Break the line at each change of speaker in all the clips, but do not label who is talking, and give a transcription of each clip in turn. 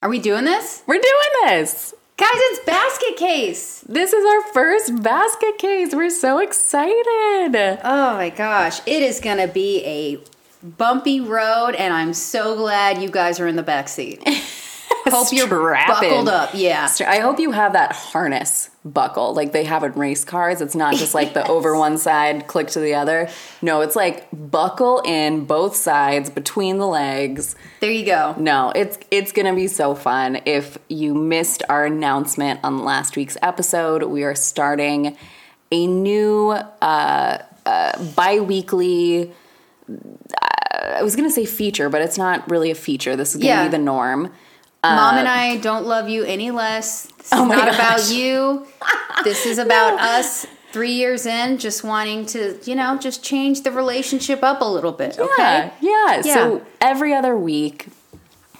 Are we doing this?
We're doing this.
Guys, it's basket case.
This is our first basket case. We're so excited.
Oh my gosh. It is going to be a bumpy road, and I'm so glad you guys are in the back seat. Hope you're
Strapping.
buckled up. Yeah.
Stra- I hope you have that harness buckle like they have in race cars. It's not just like the over one side, click to the other. No, it's like buckle in both sides between the legs.
There you go.
No, it's it's gonna be so fun. If you missed our announcement on last week's episode, we are starting a new uh, uh, bi-weekly uh, I was gonna say feature, but it's not really a feature. This is gonna
Yeah.
be the norm.
Mom and I don't love you any less. This is
Uh, Oh my
not
gosh.
about you. This is about us three years in, just wanting to, you know, just change the relationship up a little bit. Okay.
Yeah, yeah.
Yeah.
So every other week,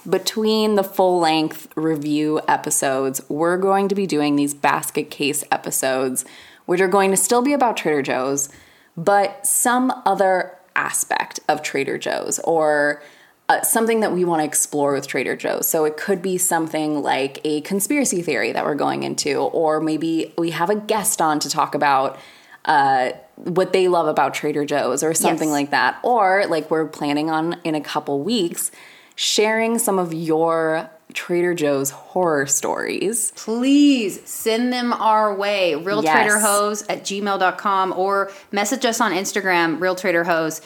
between the full length review episodes, we're going to be doing these basket case episodes, which are going to still be about Trader Joe's, but some other aspect of Trader Joe's or uh, something that we want to explore with Trader Joe's. So it could be something like a conspiracy theory that we're going into, or maybe we have a guest on to talk about uh, what they love about Trader Joe's or something
Yes.
like that. Or like we're planning on in a couple weeks sharing some of your Trader Joe's horror stories.
please send them our way real
Yes.
trader hose at gmail.com or message us on instagram real trader hose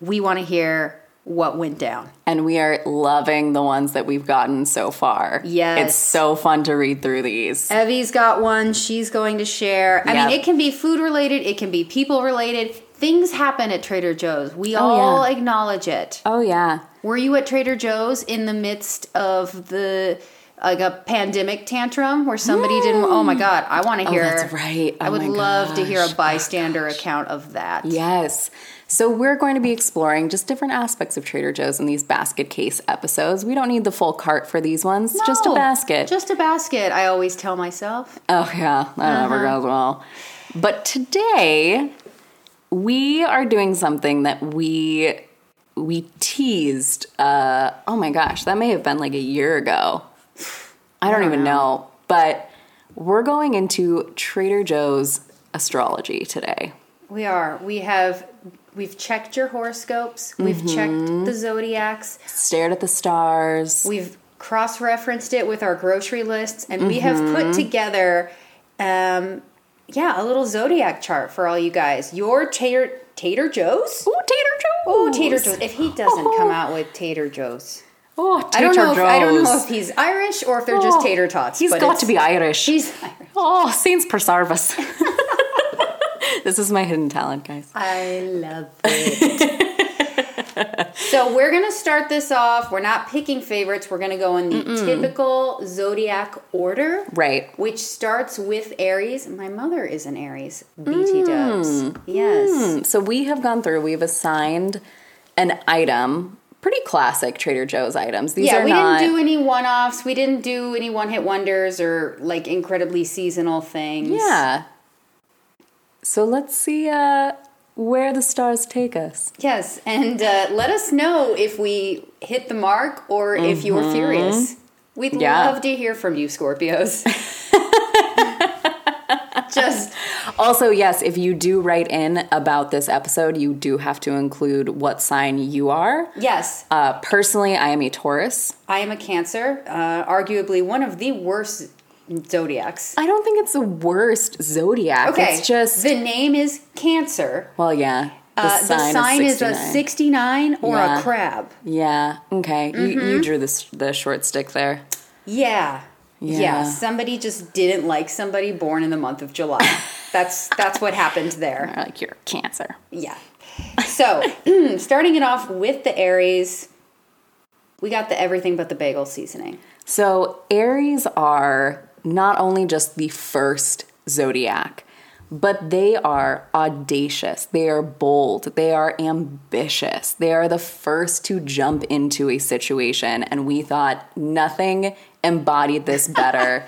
we want to hear what went down
And we are loving the ones that we've gotten so far.
Yes.
It's so fun to read through these.
evie's got one she's going to share i
Yep.
mean it can be food related it can be people related things happen at trader joe's we all
Oh, yeah.
acknowledge it
Oh, yeah.
were you at trader joe's in the midst of the like a pandemic tantrum where somebody didn't oh my god i want to hear
that's right.
i
Oh
would
my
love to hear a
gosh.
bystander account of that
Yes. So we're going to be exploring just different aspects of Trader Joe's in these basket case episodes. We don't need the full cart for these ones, just a
No,
basket.
Just a basket, I always tell myself.
Oh yeah, that
Uh-huh.
never goes well. But today we are doing something that we we teased. Uh, oh my gosh, that may have been like a year ago. I
Oh,
don't even know. But we're going into Trader Joe's astrology today.
We are. We have we've checked your horoscopes, we've
Mm-hmm.
checked the zodiacs,
Stared at the stars.
we've cross-referenced it with our grocery lists, and we have
Mm-hmm.
put together um yeah, a little zodiac chart for all you guys. Your tater Tater Joe's?
Ooh, Tater Joe's.
Oh, Tater Joe's. If he doesn't come out with Tater Joe's.
Oh,
I
Tater
don't know if, I don't know
Joe's.
if he's Irish or if they're just
Oh,
tater tots.
He's
but
got
it's-
to be Irish.
He's Irish.
Oh, saints preserve us. this is my hidden talent, guys.
I love it. so we're gonna start this off. We're not picking favorites. We're gonna go in the typical zodiac order,
Right.
Which starts with Aries. My mother is an Aries.
Mm.
BT Dubs. Yes.
Hmm, So we have gone through, we've assigned an item, pretty classic Trader Joe's items. These
Yeah,
are
we
not
didn't do any one offs. We didn't do any one hit wonders or like incredibly seasonal things.
Yeah. So let's see uh where the stars take us.
Yes. And uh, let us know if we hit the mark or if you were furious. We'd
Mm-hmm. Yeah.
love to hear from you, Scorpios. Just
Also, yes, if you do write in about this episode, you do have to include what sign you are.
yes,
Uh, personally, I am a Taurus.
I am a Cancer, uh, arguably one of the worst zodiacs.
I don't think it's the worst zodiac.
Okay,
It's just
the name is Cancer.
well, yeah. The
Uh,
sign, is,
a
69.
sixty-nine or
Yeah.
a crab.
Yeah. Okay. You, you drew the s the short stick there.
Yeah. yeah.
Yeah.
Somebody just didn't like somebody born in the month of July. that's that's what happened there.
Or like you're a Cancer.
Yeah. So, starting it off with the Aries, we got the everything but the bagel seasoning.
So, Aries are not only just the first zodiac, but they are audacious, they are bold, they are ambitious, they are the first to jump into a situation. And we thought nothing embodied this better.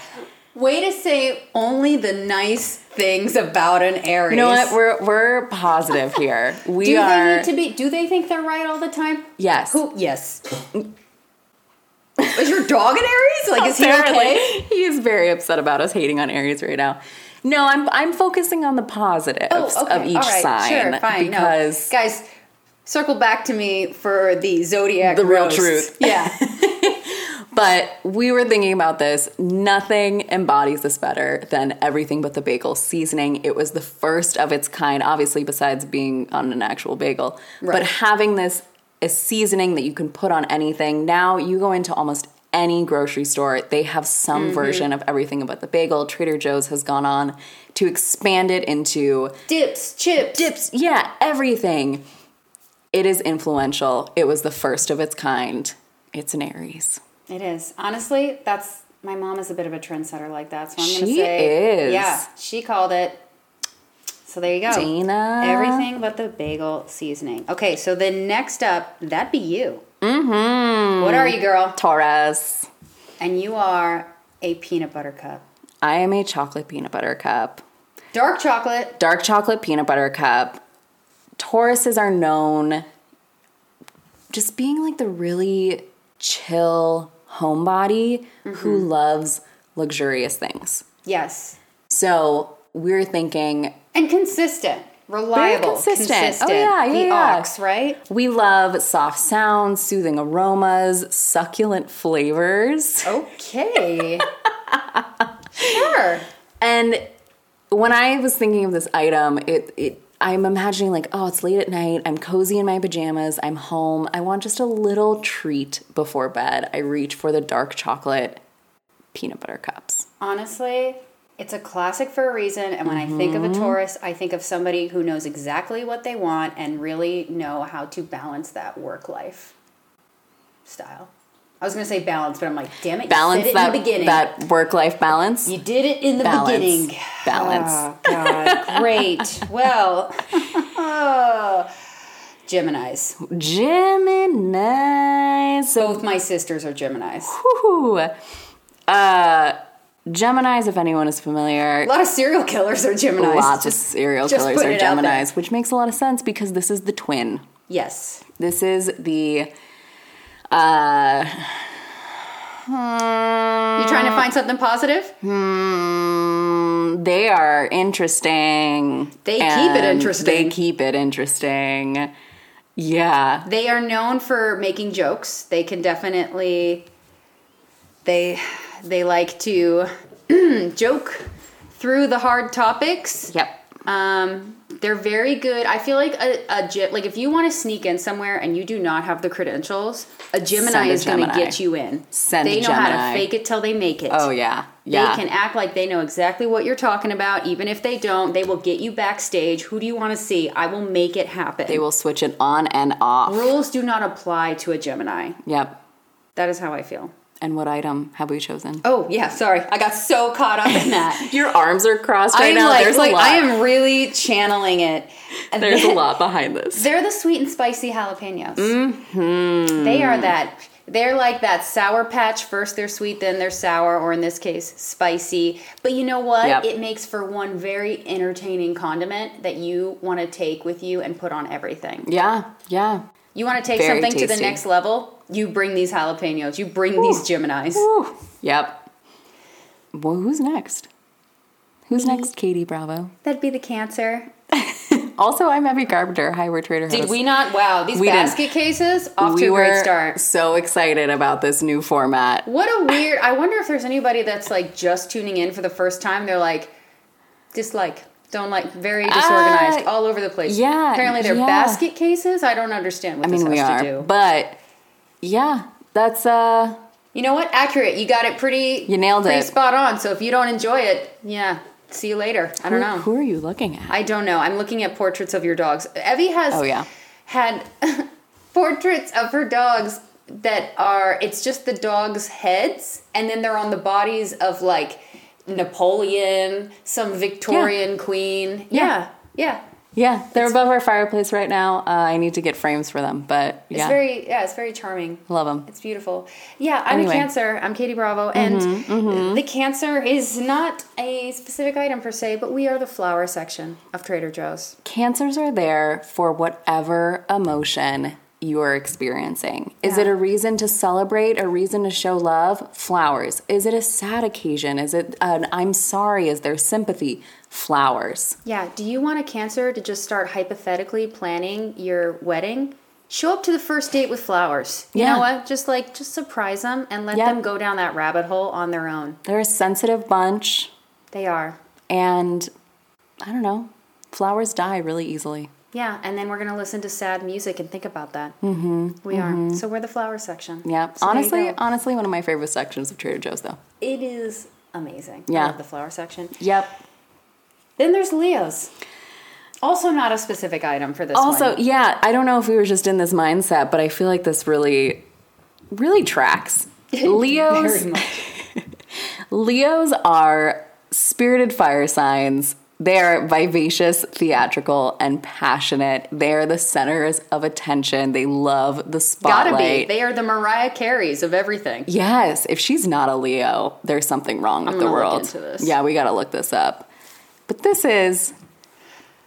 Way to say only the nice things about an Aries.
you know what? We're, we're positive here. We
do
are.
they need to be? Do they think they're right all the time?
yes.
Who? Yes. Is your dog an Aries? Like, is he okay?
Apparently, he is very upset about us hating on Aries right now. No, I'm I'm focusing on the positives of each
Oh, All right.
sign
Sure, fine.
because
no. guys, circle back to me for the zodiac.
The real
roast.
truth.
Yeah.
But we were thinking about this. Nothing embodies this better than everything but the bagel seasoning. It was the first of its kind, obviously, besides being on an actual bagel.
Right.
But having this a seasoning that you can put on anything. Now you go into almost any grocery store, they have some
Mm-hmm.
version of everything but the bagel. Trader Joe's has gone on to expand it into
Dips, chips.
dips, yeah, everything. It is influential. It was the first of its kind. It's an Aries.
It is. Honestly, that's my mom is a bit of a trendsetter like that. So I'm going to
She
say.
is.
Yeah, she called it. So there you go.
Dana.
Oh, Everything but the bagel seasoning. Okay, so then next up, that'd be you. Mm-hmm. What are you, girl?
Taurus.
And you are a peanut butter cup.
I am a chocolate peanut butter cup.
Dark chocolate.
Dark chocolate peanut butter cup. Tauruses are known just being like the really chill homebody who loves luxurious things.
Yes.
So we're thinking
And consistent. Reliable.
consistent. Oh, yeah, yeah,
The
yeah.
ox, right?
we love soft sounds, soothing aromas, succulent flavors.
Okay. sure.
And when I was thinking of this item, it, it I'm imagining like, oh, it's late at night. I'm cozy in my pajamas. I'm home. I want just a little treat before bed. I reach for the dark chocolate peanut butter cups.
Honestly, it's a classic for a reason. And when I think of a
Mm-hmm.
Taurus, I think of somebody who knows exactly what they want and really know how to balance that work life style. I was going to say balance, but I'm like, damn it,
Balance
you said it in
that
the beginning.
that work life balance.
you did it in the
Balance.
beginning.
Balance.
Oh, God. Great. well, Geminis.
Gemini. So
Both my sisters are Geminis.
whew, uh, Gemini's, if anyone is familiar,
A lot of serial killers are Geminis.
lots
Just-
of serial
just
killers are
putting it out there.
Gemini's, which makes a lot of sense because this is the twin.
yes.
This is the. Uh,
You trying to find something positive?
hmm, they are interesting.
They keep it
and
interesting.
They keep it interesting. Yeah.
They are known for making jokes. They can definitely they they like to joke through the hard topics.
Yep.
Um, they're very good. I feel like a, a Ge- like if you want to sneak in somewhere and you do not have the credentials, a Gemini
Send a
is going to
Gemini.
get you in.
Send
they
a
know how
Gemini.
to fake it till they make it.
Oh, yeah. Yeah.
They can act like they know exactly what you're talking about, even if they don't. They will get you backstage. Who do you want to see? I will make it happen.
they will switch it on and off.
Rules do not apply to a Gemini.
Yep.
That is how I feel.
And what item have we chosen?
Oh yeah, sorry. I got so caught up in that.
Your arms are crossed
I
right
am
now.
like,
There's
like
a lot.
I am really channeling it. And
There's a
then-
lot behind this.
They're the sweet and spicy jalapenos. Mm-hmm. They are that. They're like that sour patch. First they're sweet, then they're sour, or in this case, spicy. But you know what?
Yep.
It makes for one very entertaining condiment that you want to take with you and put on everything.
Yeah. Yeah.
You want to take
Very
something to the
tasty.
next level? You bring these jalapenos. You bring these Geminis.
Whew. Yep. Well, who's next? Who's next, Katie Bravo?
That'd be the cancer.
Also, I'm Abby Carpenter. Hi, we're Trader
Did
Host.
we not? Wow, these
We didn't.
basket cases off to a
were
great start.
so excited about this new format.
What a weird. I wonder if there's anybody that's like just tuning in for the first time. They're like, dislike, don't like, very disorganized,
Uh,
all over the place.
yeah,
Apparently they're
yeah.
basket cases. I don't understand what
I mean,
this
we
has
are,
to do.
but yeah, that's uh,
you know what? Accurate. You got it pretty.
You nailed
pretty
it.
spot on. So if you don't enjoy it, yeah, see you later. I don't know.
who are you looking at?
I don't know. I'm looking at portraits of your dogs. Evie has
Oh, yeah.
had portraits of her dogs that are it's just the dogs' heads and then they're on the bodies of like Napoleon, some Victorian queen. Yeah. Yeah.
Yeah, they're above our fireplace right now. Uh, I need to get frames for them, but
It's
yeah,
very yeah, it's very charming.
love them.
It's beautiful. Yeah, I'm
Anyway. Mm-hmm,
a cancer. I'm Katie Bravo and the cancer is not a specific item per se, but we are the flower section of Trader Joe's.
Cancers are there for whatever emotion you're experiencing. Is
Yeah.
it a reason to celebrate, a reason to show love? Flowers. Is it a sad occasion? Is it an I'm sorry? Is there sympathy? Flowers.
Yeah. Do you want a cancer to just start hypothetically planning your wedding? Show up to the first date with flowers. You
Yeah.
know what? Just like, just surprise them and let
Yeah.
them go down that rabbit hole on their own.
They're a sensitive bunch,
They are.
and I don't know, flowers die really easily.
Yeah. And then we're going to listen to sad music and think about that. Mm-hmm. We are. So we're the flower section.
Yep.
So there you
honestly, uh,
go.
honestly, one of my favorite sections of Trader Joe's, though.
it is amazing.
Yeah.
I love the flower section.
Yep.
Then there's Leo's. Also, not a specific item for this one.
Also, yeah, I don't know if we were just in this mindset, but I feel like this really, really tracks. Leo's
Very much.
Leos are spirited fire signs. They are vivacious, theatrical, and passionate. They are the centers of attention. They love the spotlight.
Gotta be. They are the Mariah Careys of everything.
Yes, if she's not a Leo, there's something wrong with the
gonna look
world.
into this.
Yeah, we got to look this up. But this is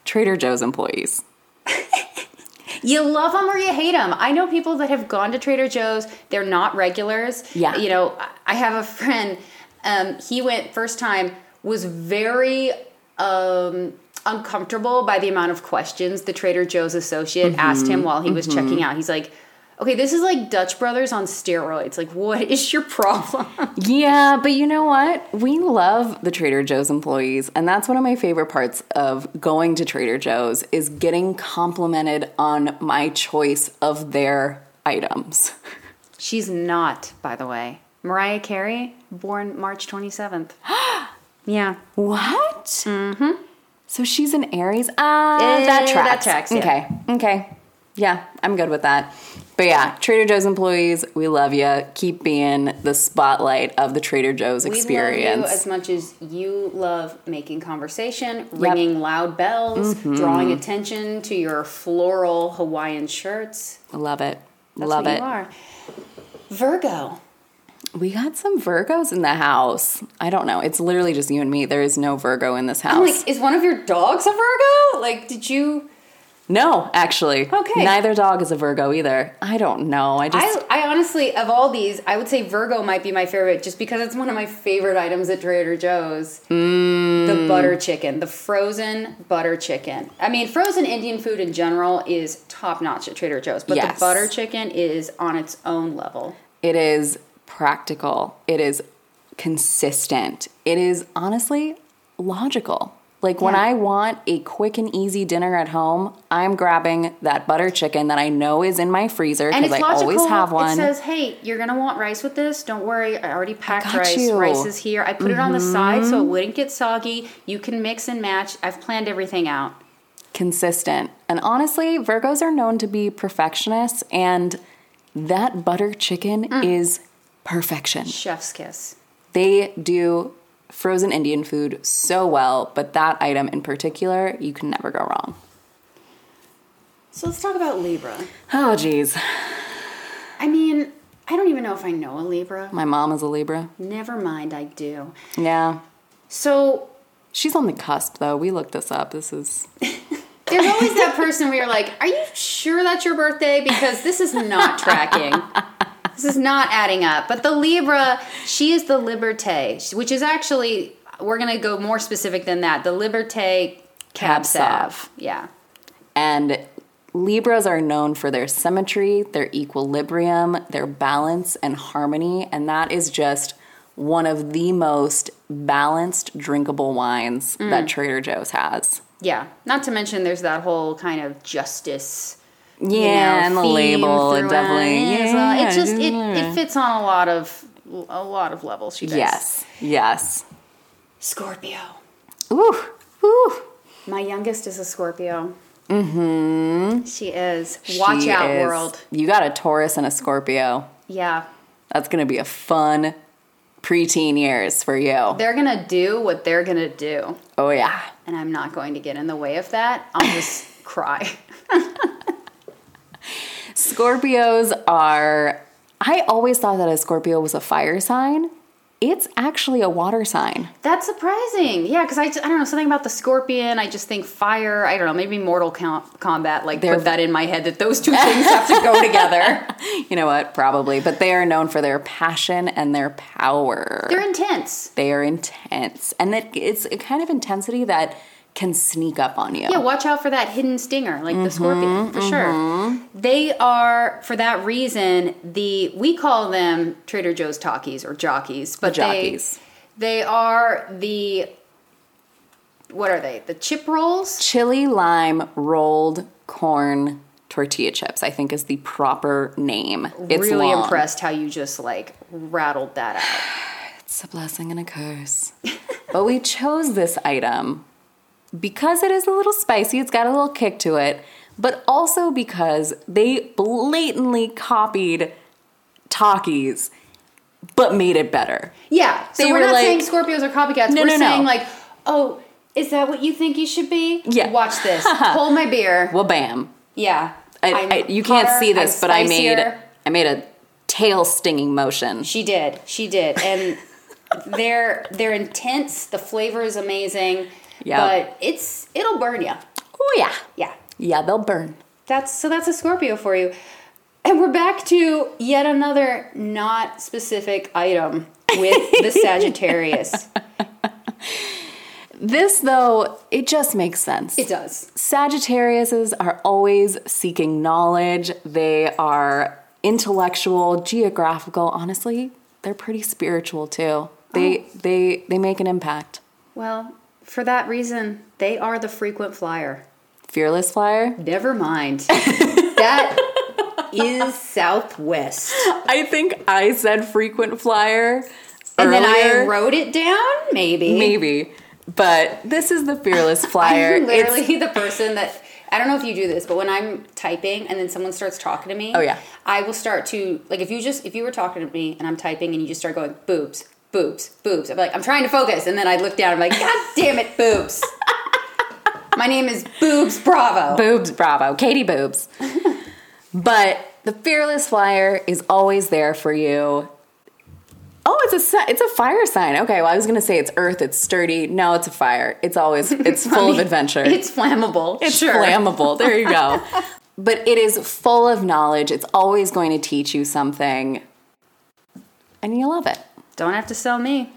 Trader Joe's employees.
You love them or you hate them. I know people that have gone to Trader Joe's. They're not regulars.
Yeah.
You know, I- I have a friend. Um, he went first time. Was very um, uncomfortable by the amount of questions the Trader Joe's associate asked him while he was checking out. He's like, "Okay, this is like Dutch Brothers on steroids. Like, what is your problem?"
Yeah, but you know what? We love the Trader Joe's employees, and that's one of my favorite parts of going to Trader Joe's is getting complimented on my choice of their items.
She's not, by the way. Mariah Carey, born March 27th. yeah.
What? Mm-hmm. So she's an Aries. Ah, that
Eh, that
tracks.
tracks, yeah.
Okay. Okay. Yeah, I'm good with that. But yeah, Trader Joe's employees, we love you. Keep being the spotlight of the Trader Joe's
We love you
experience.
as much as you love making conversation, ringing loud bells,
Mm-hmm.
drawing attention to your floral Hawaiian shirts.
love it.
That's
love
what
it.
you are. Virgo.
We got some Virgos in the house. I don't know. It's literally just you and me. There is no Virgo in this
I'm
house.
like, is one of your dogs a Virgo? Like, did you?
no, actually.
Okay.
Neither dog is a Virgo either. I don't know. I just
I, I honestly, of all these, I would say Virgo might be my favorite just because it's one of my favorite items at Trader Joe's.
Mm.
The butter chicken, the frozen butter chicken. I mean, frozen Indian food in general is top notch at Trader Joe's, but
Yes.
the butter chicken is on its own level.
it is practical. It is consistent. It is honestly logical. Like when
Yeah.
I want a quick and easy dinner at home, I'm grabbing that butter chicken that I know is in my freezer
And
because
it's
I
logical.
always have one.
It says, "Hey, you're gonna want rice with this. Don't worry, I already packed
got
rice.
you." Mm-hmm.
Rice is here. I put it on the side so it wouldn't get soggy. You can mix and match. I've planned everything out."
consistent. And honestly, Virgos are known to be perfectionists, and that butter chicken
Mm.
is perfection.
Chef's kiss.
They do frozen Indian food so well, but that item in particular, you can never go wrong.
So let's talk about Libra.
Oh, geez.
I mean, I don't even know if I know a Libra.
My mom is a Libra.
Never mind, I do.
Yeah.
So
She's on the cusp, though. We looked this up. This is.
there's always that person where you're like, are you sure that's your birthday? Because this is not tracking. This is not adding up. But the Libra, she is the Liberté, which is actually, we're going to go more specific than that. The Liberté
Cab
Cab
Sav.
Sav. Yeah.
And Libras are known for their symmetry, their equilibrium, their balance and harmony. And that is just one of the most balanced drinkable wines
Mm.
that Trader Joe's has.
Yeah. Not to mention there's that whole kind of justice.
Yeah,
you know,
and the
theme
label it
throughout
definitely.
it as
yeah,
well. It just it,
yeah.
it fits on a lot of a lot of levels. She does.
Yes, yes.
Scorpio.
Ooh, ooh.
My youngest is a Scorpio. Mm-hmm. She is. Watch
She
out,
is-
world.
You got a Taurus and a Scorpio.
Yeah.
That's going to be a fun preteen years for you.
They're gonna do what they're gonna do.
Oh, yeah.
And I'm not going to get in the way of that. I'll just cry.
Scorpios are. I always thought that a Scorpio was a fire sign, It's actually a water sign.
That's surprising. Yeah, because I, I don't know, something about the scorpion. I just think fire. I don't know, maybe Mortal Com- Kombat, like,
They're-
put that in my head that those two things have to go together.
You know what? Probably. But they are known for their passion and their power.
They're intense.
They are intense. And it, it's a kind of intensity that can sneak up on you.
Yeah, watch out for that hidden stinger, like the
Mm-hmm,
scorpion, for sure. They are, for that reason, the we call them Trader Joe's talkies or jockeys, but
jockeys.
They, they are the what are they? The chip rolls.
Chili lime rolled corn tortilla chips, I think is the proper name. It's
really
long.
impressed how you just like rattled that out.
It's a blessing and a curse. but we chose this item because it is a little spicy, it's got a little kick to it, but also because they blatantly copied Takis but made it better.
Yeah. So
They
we're
were
not
like-
saying Scorpios are copycats.
No,
we're
no, no.
saying like, oh, is that what you think you should be?
Yeah.
Watch this. Hold my beer.
Well, bam.
Yeah.
I,
I'm
I, you can't
hotter,
see this,
I'm
but I made
spicier.
I made a tail stinging motion.
She did. She did. And they're they're intense. The flavor is amazing.
Yeah.
But it's it'll burn you.
Oh yeah,
Yeah.
yeah, they'll burn.
That's so that's a Scorpio for you. And we're back to yet another not specific item with the Sagittarius.
This though, it just makes sense.
it does.
Sagittariuses are always seeking knowledge. They are intellectual, geographical. Honestly, they're pretty spiritual too. They
Oh.
they they make an impact.
Well, for that reason, they are the frequent flyer.
Fearless flyer.
Never mind. that is Southwest.
I think I said frequent flyer.
And then I
earlier.
wrote it down, maybe.
maybe. But this is the fearless flyer.
I'm literally
It's-
the person that I don't know if you do this, but when I'm typing and then someone starts talking to me,
Oh, yeah.
I will start to like if you just if you were talking to me and I'm typing and you just start going boobs, boobs, boobs. I'm like I'm trying to focus, and then I look down. I'm like, God damn it, boobs. My name is Boobs Bravo.
boobs, bravo, Katie boobs. but the fearless flyer is always there for you. Oh, it's a si- it's a fire sign. Okay, well I was gonna say it's earth, it's sturdy. No, it's a fire. It's always it's full of adventure.
It's flammable.
It's
sure.
flammable. There you go. but it is full of knowledge. It's always going to teach you something, and you love it.
Don't have to sell me.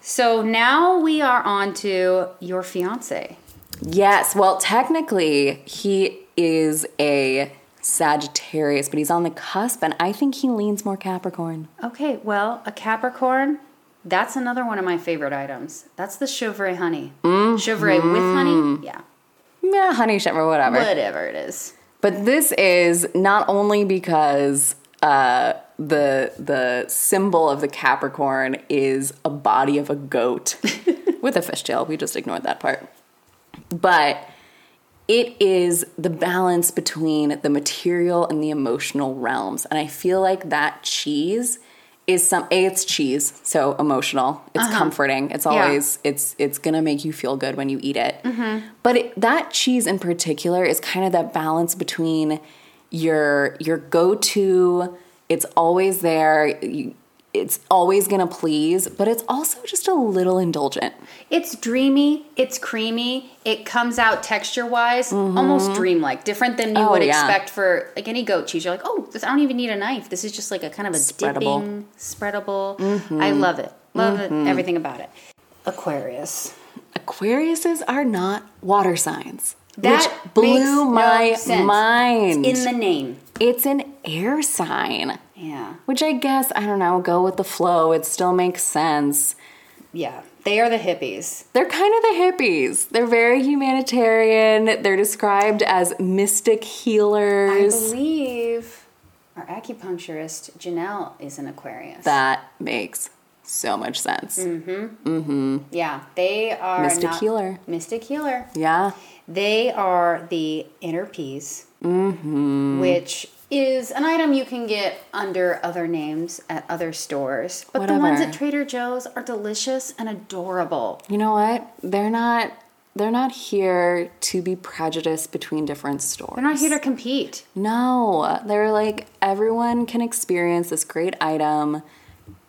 So now we are on to your fiance.
Yes. Well, technically, he is a Sagittarius, but he's on the cusp, and I think he leans more Capricorn.
Okay, well, a Capricorn, that's another one of my favorite items. That's the chevre honey.
Mm-hmm.
Chevre with honey? Yeah.
Yeah, honey shit or whatever. But,
Whatever it is.
this is not only because uh, the the symbol of the Capricorn is a body of a goat with a fish tail. We just ignored that part, but. It is the balance between the material and the emotional realms. And I feel like that cheese is some a it's cheese, so emotional. It's comforting. It's
Yeah.
always it's it's gonna make you feel good when you eat it. But it, that cheese in particular is kind of that balance between your your go to. It's always there. You, it's always gonna please, but it's also just a little indulgent.
It's dreamy, it's creamy, it comes out texture wise, almost dreamlike, different than you
Mm-hmm. Oh,
would
yeah.
expect for like any goat cheese. You're like, oh, this, I don't even need a knife. This is just like a kind of a
Spreadable. Mm-hmm.
dipping, spreadable. I love it. Love it, everything about it. Aquarius.
Aquariuses are not water signs.
That
which blew
makes no
my
sense.
mind.
In the name.
it's an air sign,
Yeah.
which I guess, I don't know, go with the flow. It still makes sense.
Yeah. They are the hippies.
They're kind of the hippies. They're very humanitarian. They're described as mystic
I
healers.
believe our acupuncturist Janelle is an Aquarius.
That makes so much sense.
Mm. yeah, they are
Mystic
not-
healer.
Mystic healer.
Yeah.
They are the inner peas, mm-hmm. which is an item you can get under other names at other stores. But the ones
Whatever.
at Trader Joe's are delicious and adorable.
You know what? They're not they're not here to be prejudiced between different stores.
They're not here to compete.
No, they're like everyone can experience this great item.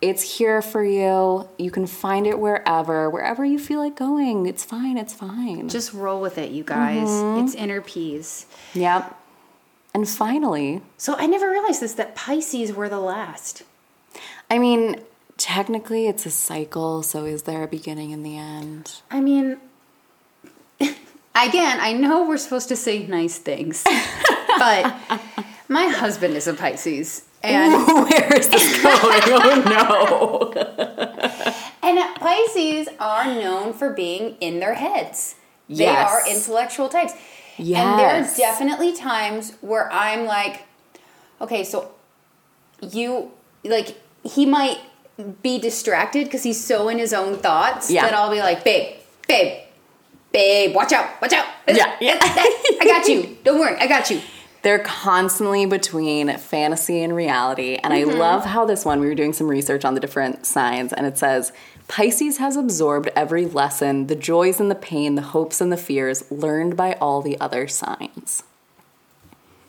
It's here for you. You can find it wherever, wherever you feel like going. It's fine. It's fine.
Just roll with it, you guys. It's inner peace.
yep. And finally,
So I never realized this that Pisces were the last.
I mean, technically it's a cycle, so is there a beginning and the end?
I mean, again, I know we're supposed to say nice things, but my husband is a Pisces. And
Where is this going? oh no.
and Pisces are known for being in their heads. They
Yes.
are intellectual types. And there are
Yes.
definitely times where I'm like, okay, so you like he might be distracted because he's so in his own thoughts
Yeah.
that I'll be like, babe, babe, babe, watch out, watch out.
Yeah, yeah.
I got you. Don't worry, I got you.
They're constantly between fantasy and reality. And
Mm-hmm.
I love how this one, we were doing some research on the different signs, and it says Pisces has absorbed every lesson, the joys and the pain, the hopes and the fears learned by all the other signs.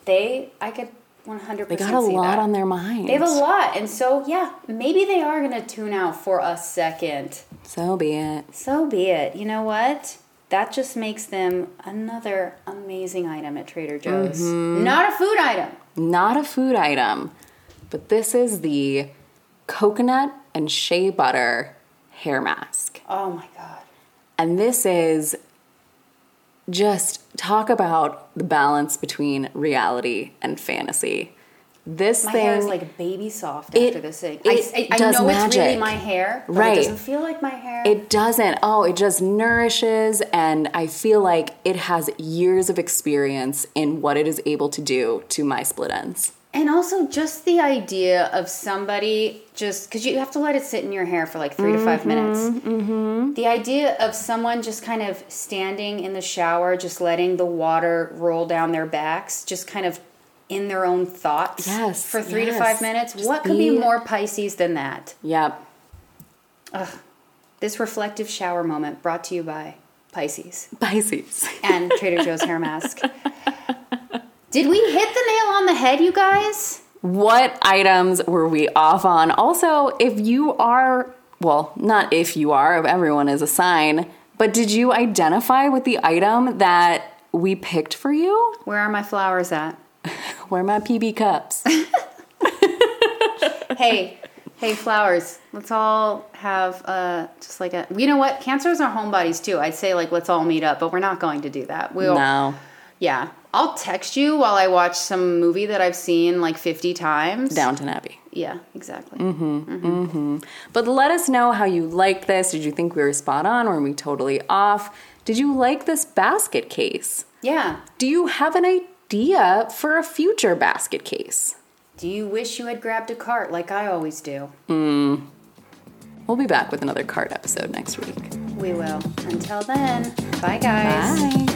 They, I could 100.
They got a lot on their mind.
They have a lot, and so yeah, maybe they are gonna tune out for a second.
So be it.
So be it. You know what? That just makes them another amazing item at Trader Joe's.
Mm-hmm.
Not a food item.
Not a food item, but this is the coconut and shea butter hair mask.
Oh my god.
And this is just talk about the balance between reality and fantasy. This
My
thing
hair is like baby soft
It-
after this thing.
it
I, I, I
does
know it's really
magic.
my hair, but
Right.
it doesn't feel like my hair.
it doesn't. Oh, it just nourishes and I feel like it has years of experience in what it is able to do to my split ends.
and also just the idea of somebody just because you have to let it sit in your hair for like 3 to
Mm-hmm,
five minutes. The idea of someone just kind of standing in the shower, just letting the water roll down their backs, just kind of in their own thoughts
Yes,
for three to
yes.
five minutes.
Just
what could be
be-
more Pisces than that?
Yep.
This reflective shower moment brought to you by Pisces
Pisces.
and Trader Joe's hair mask. Did we hit the nail on the head, you guys?
What items were we off on? Also, if you are, well, not if you are, if everyone is a sign, but did you identify with the item that we picked for you?
Where are my flowers at?
Where are my PB cups?
hey, hey, flowers. Let's all have uh, just like a. You know what? Cancers are homebodies too. I'd say like let's all meet up, but we're not going to do that. We'll.
no,
Yeah, I'll text you while I watch some movie that I've seen like fifty times.
Downton Abbey.
Yeah, exactly.
But let us know how you liked this. Did you think we were spot on? Were we totally off? Did you like this basket case?
Yeah.
Do you have an idea for a future basket case?
Do you wish you had grabbed a cart like I always do?
We'll be back with another card episode next week.
We will. Until then, bye guys.
Bye.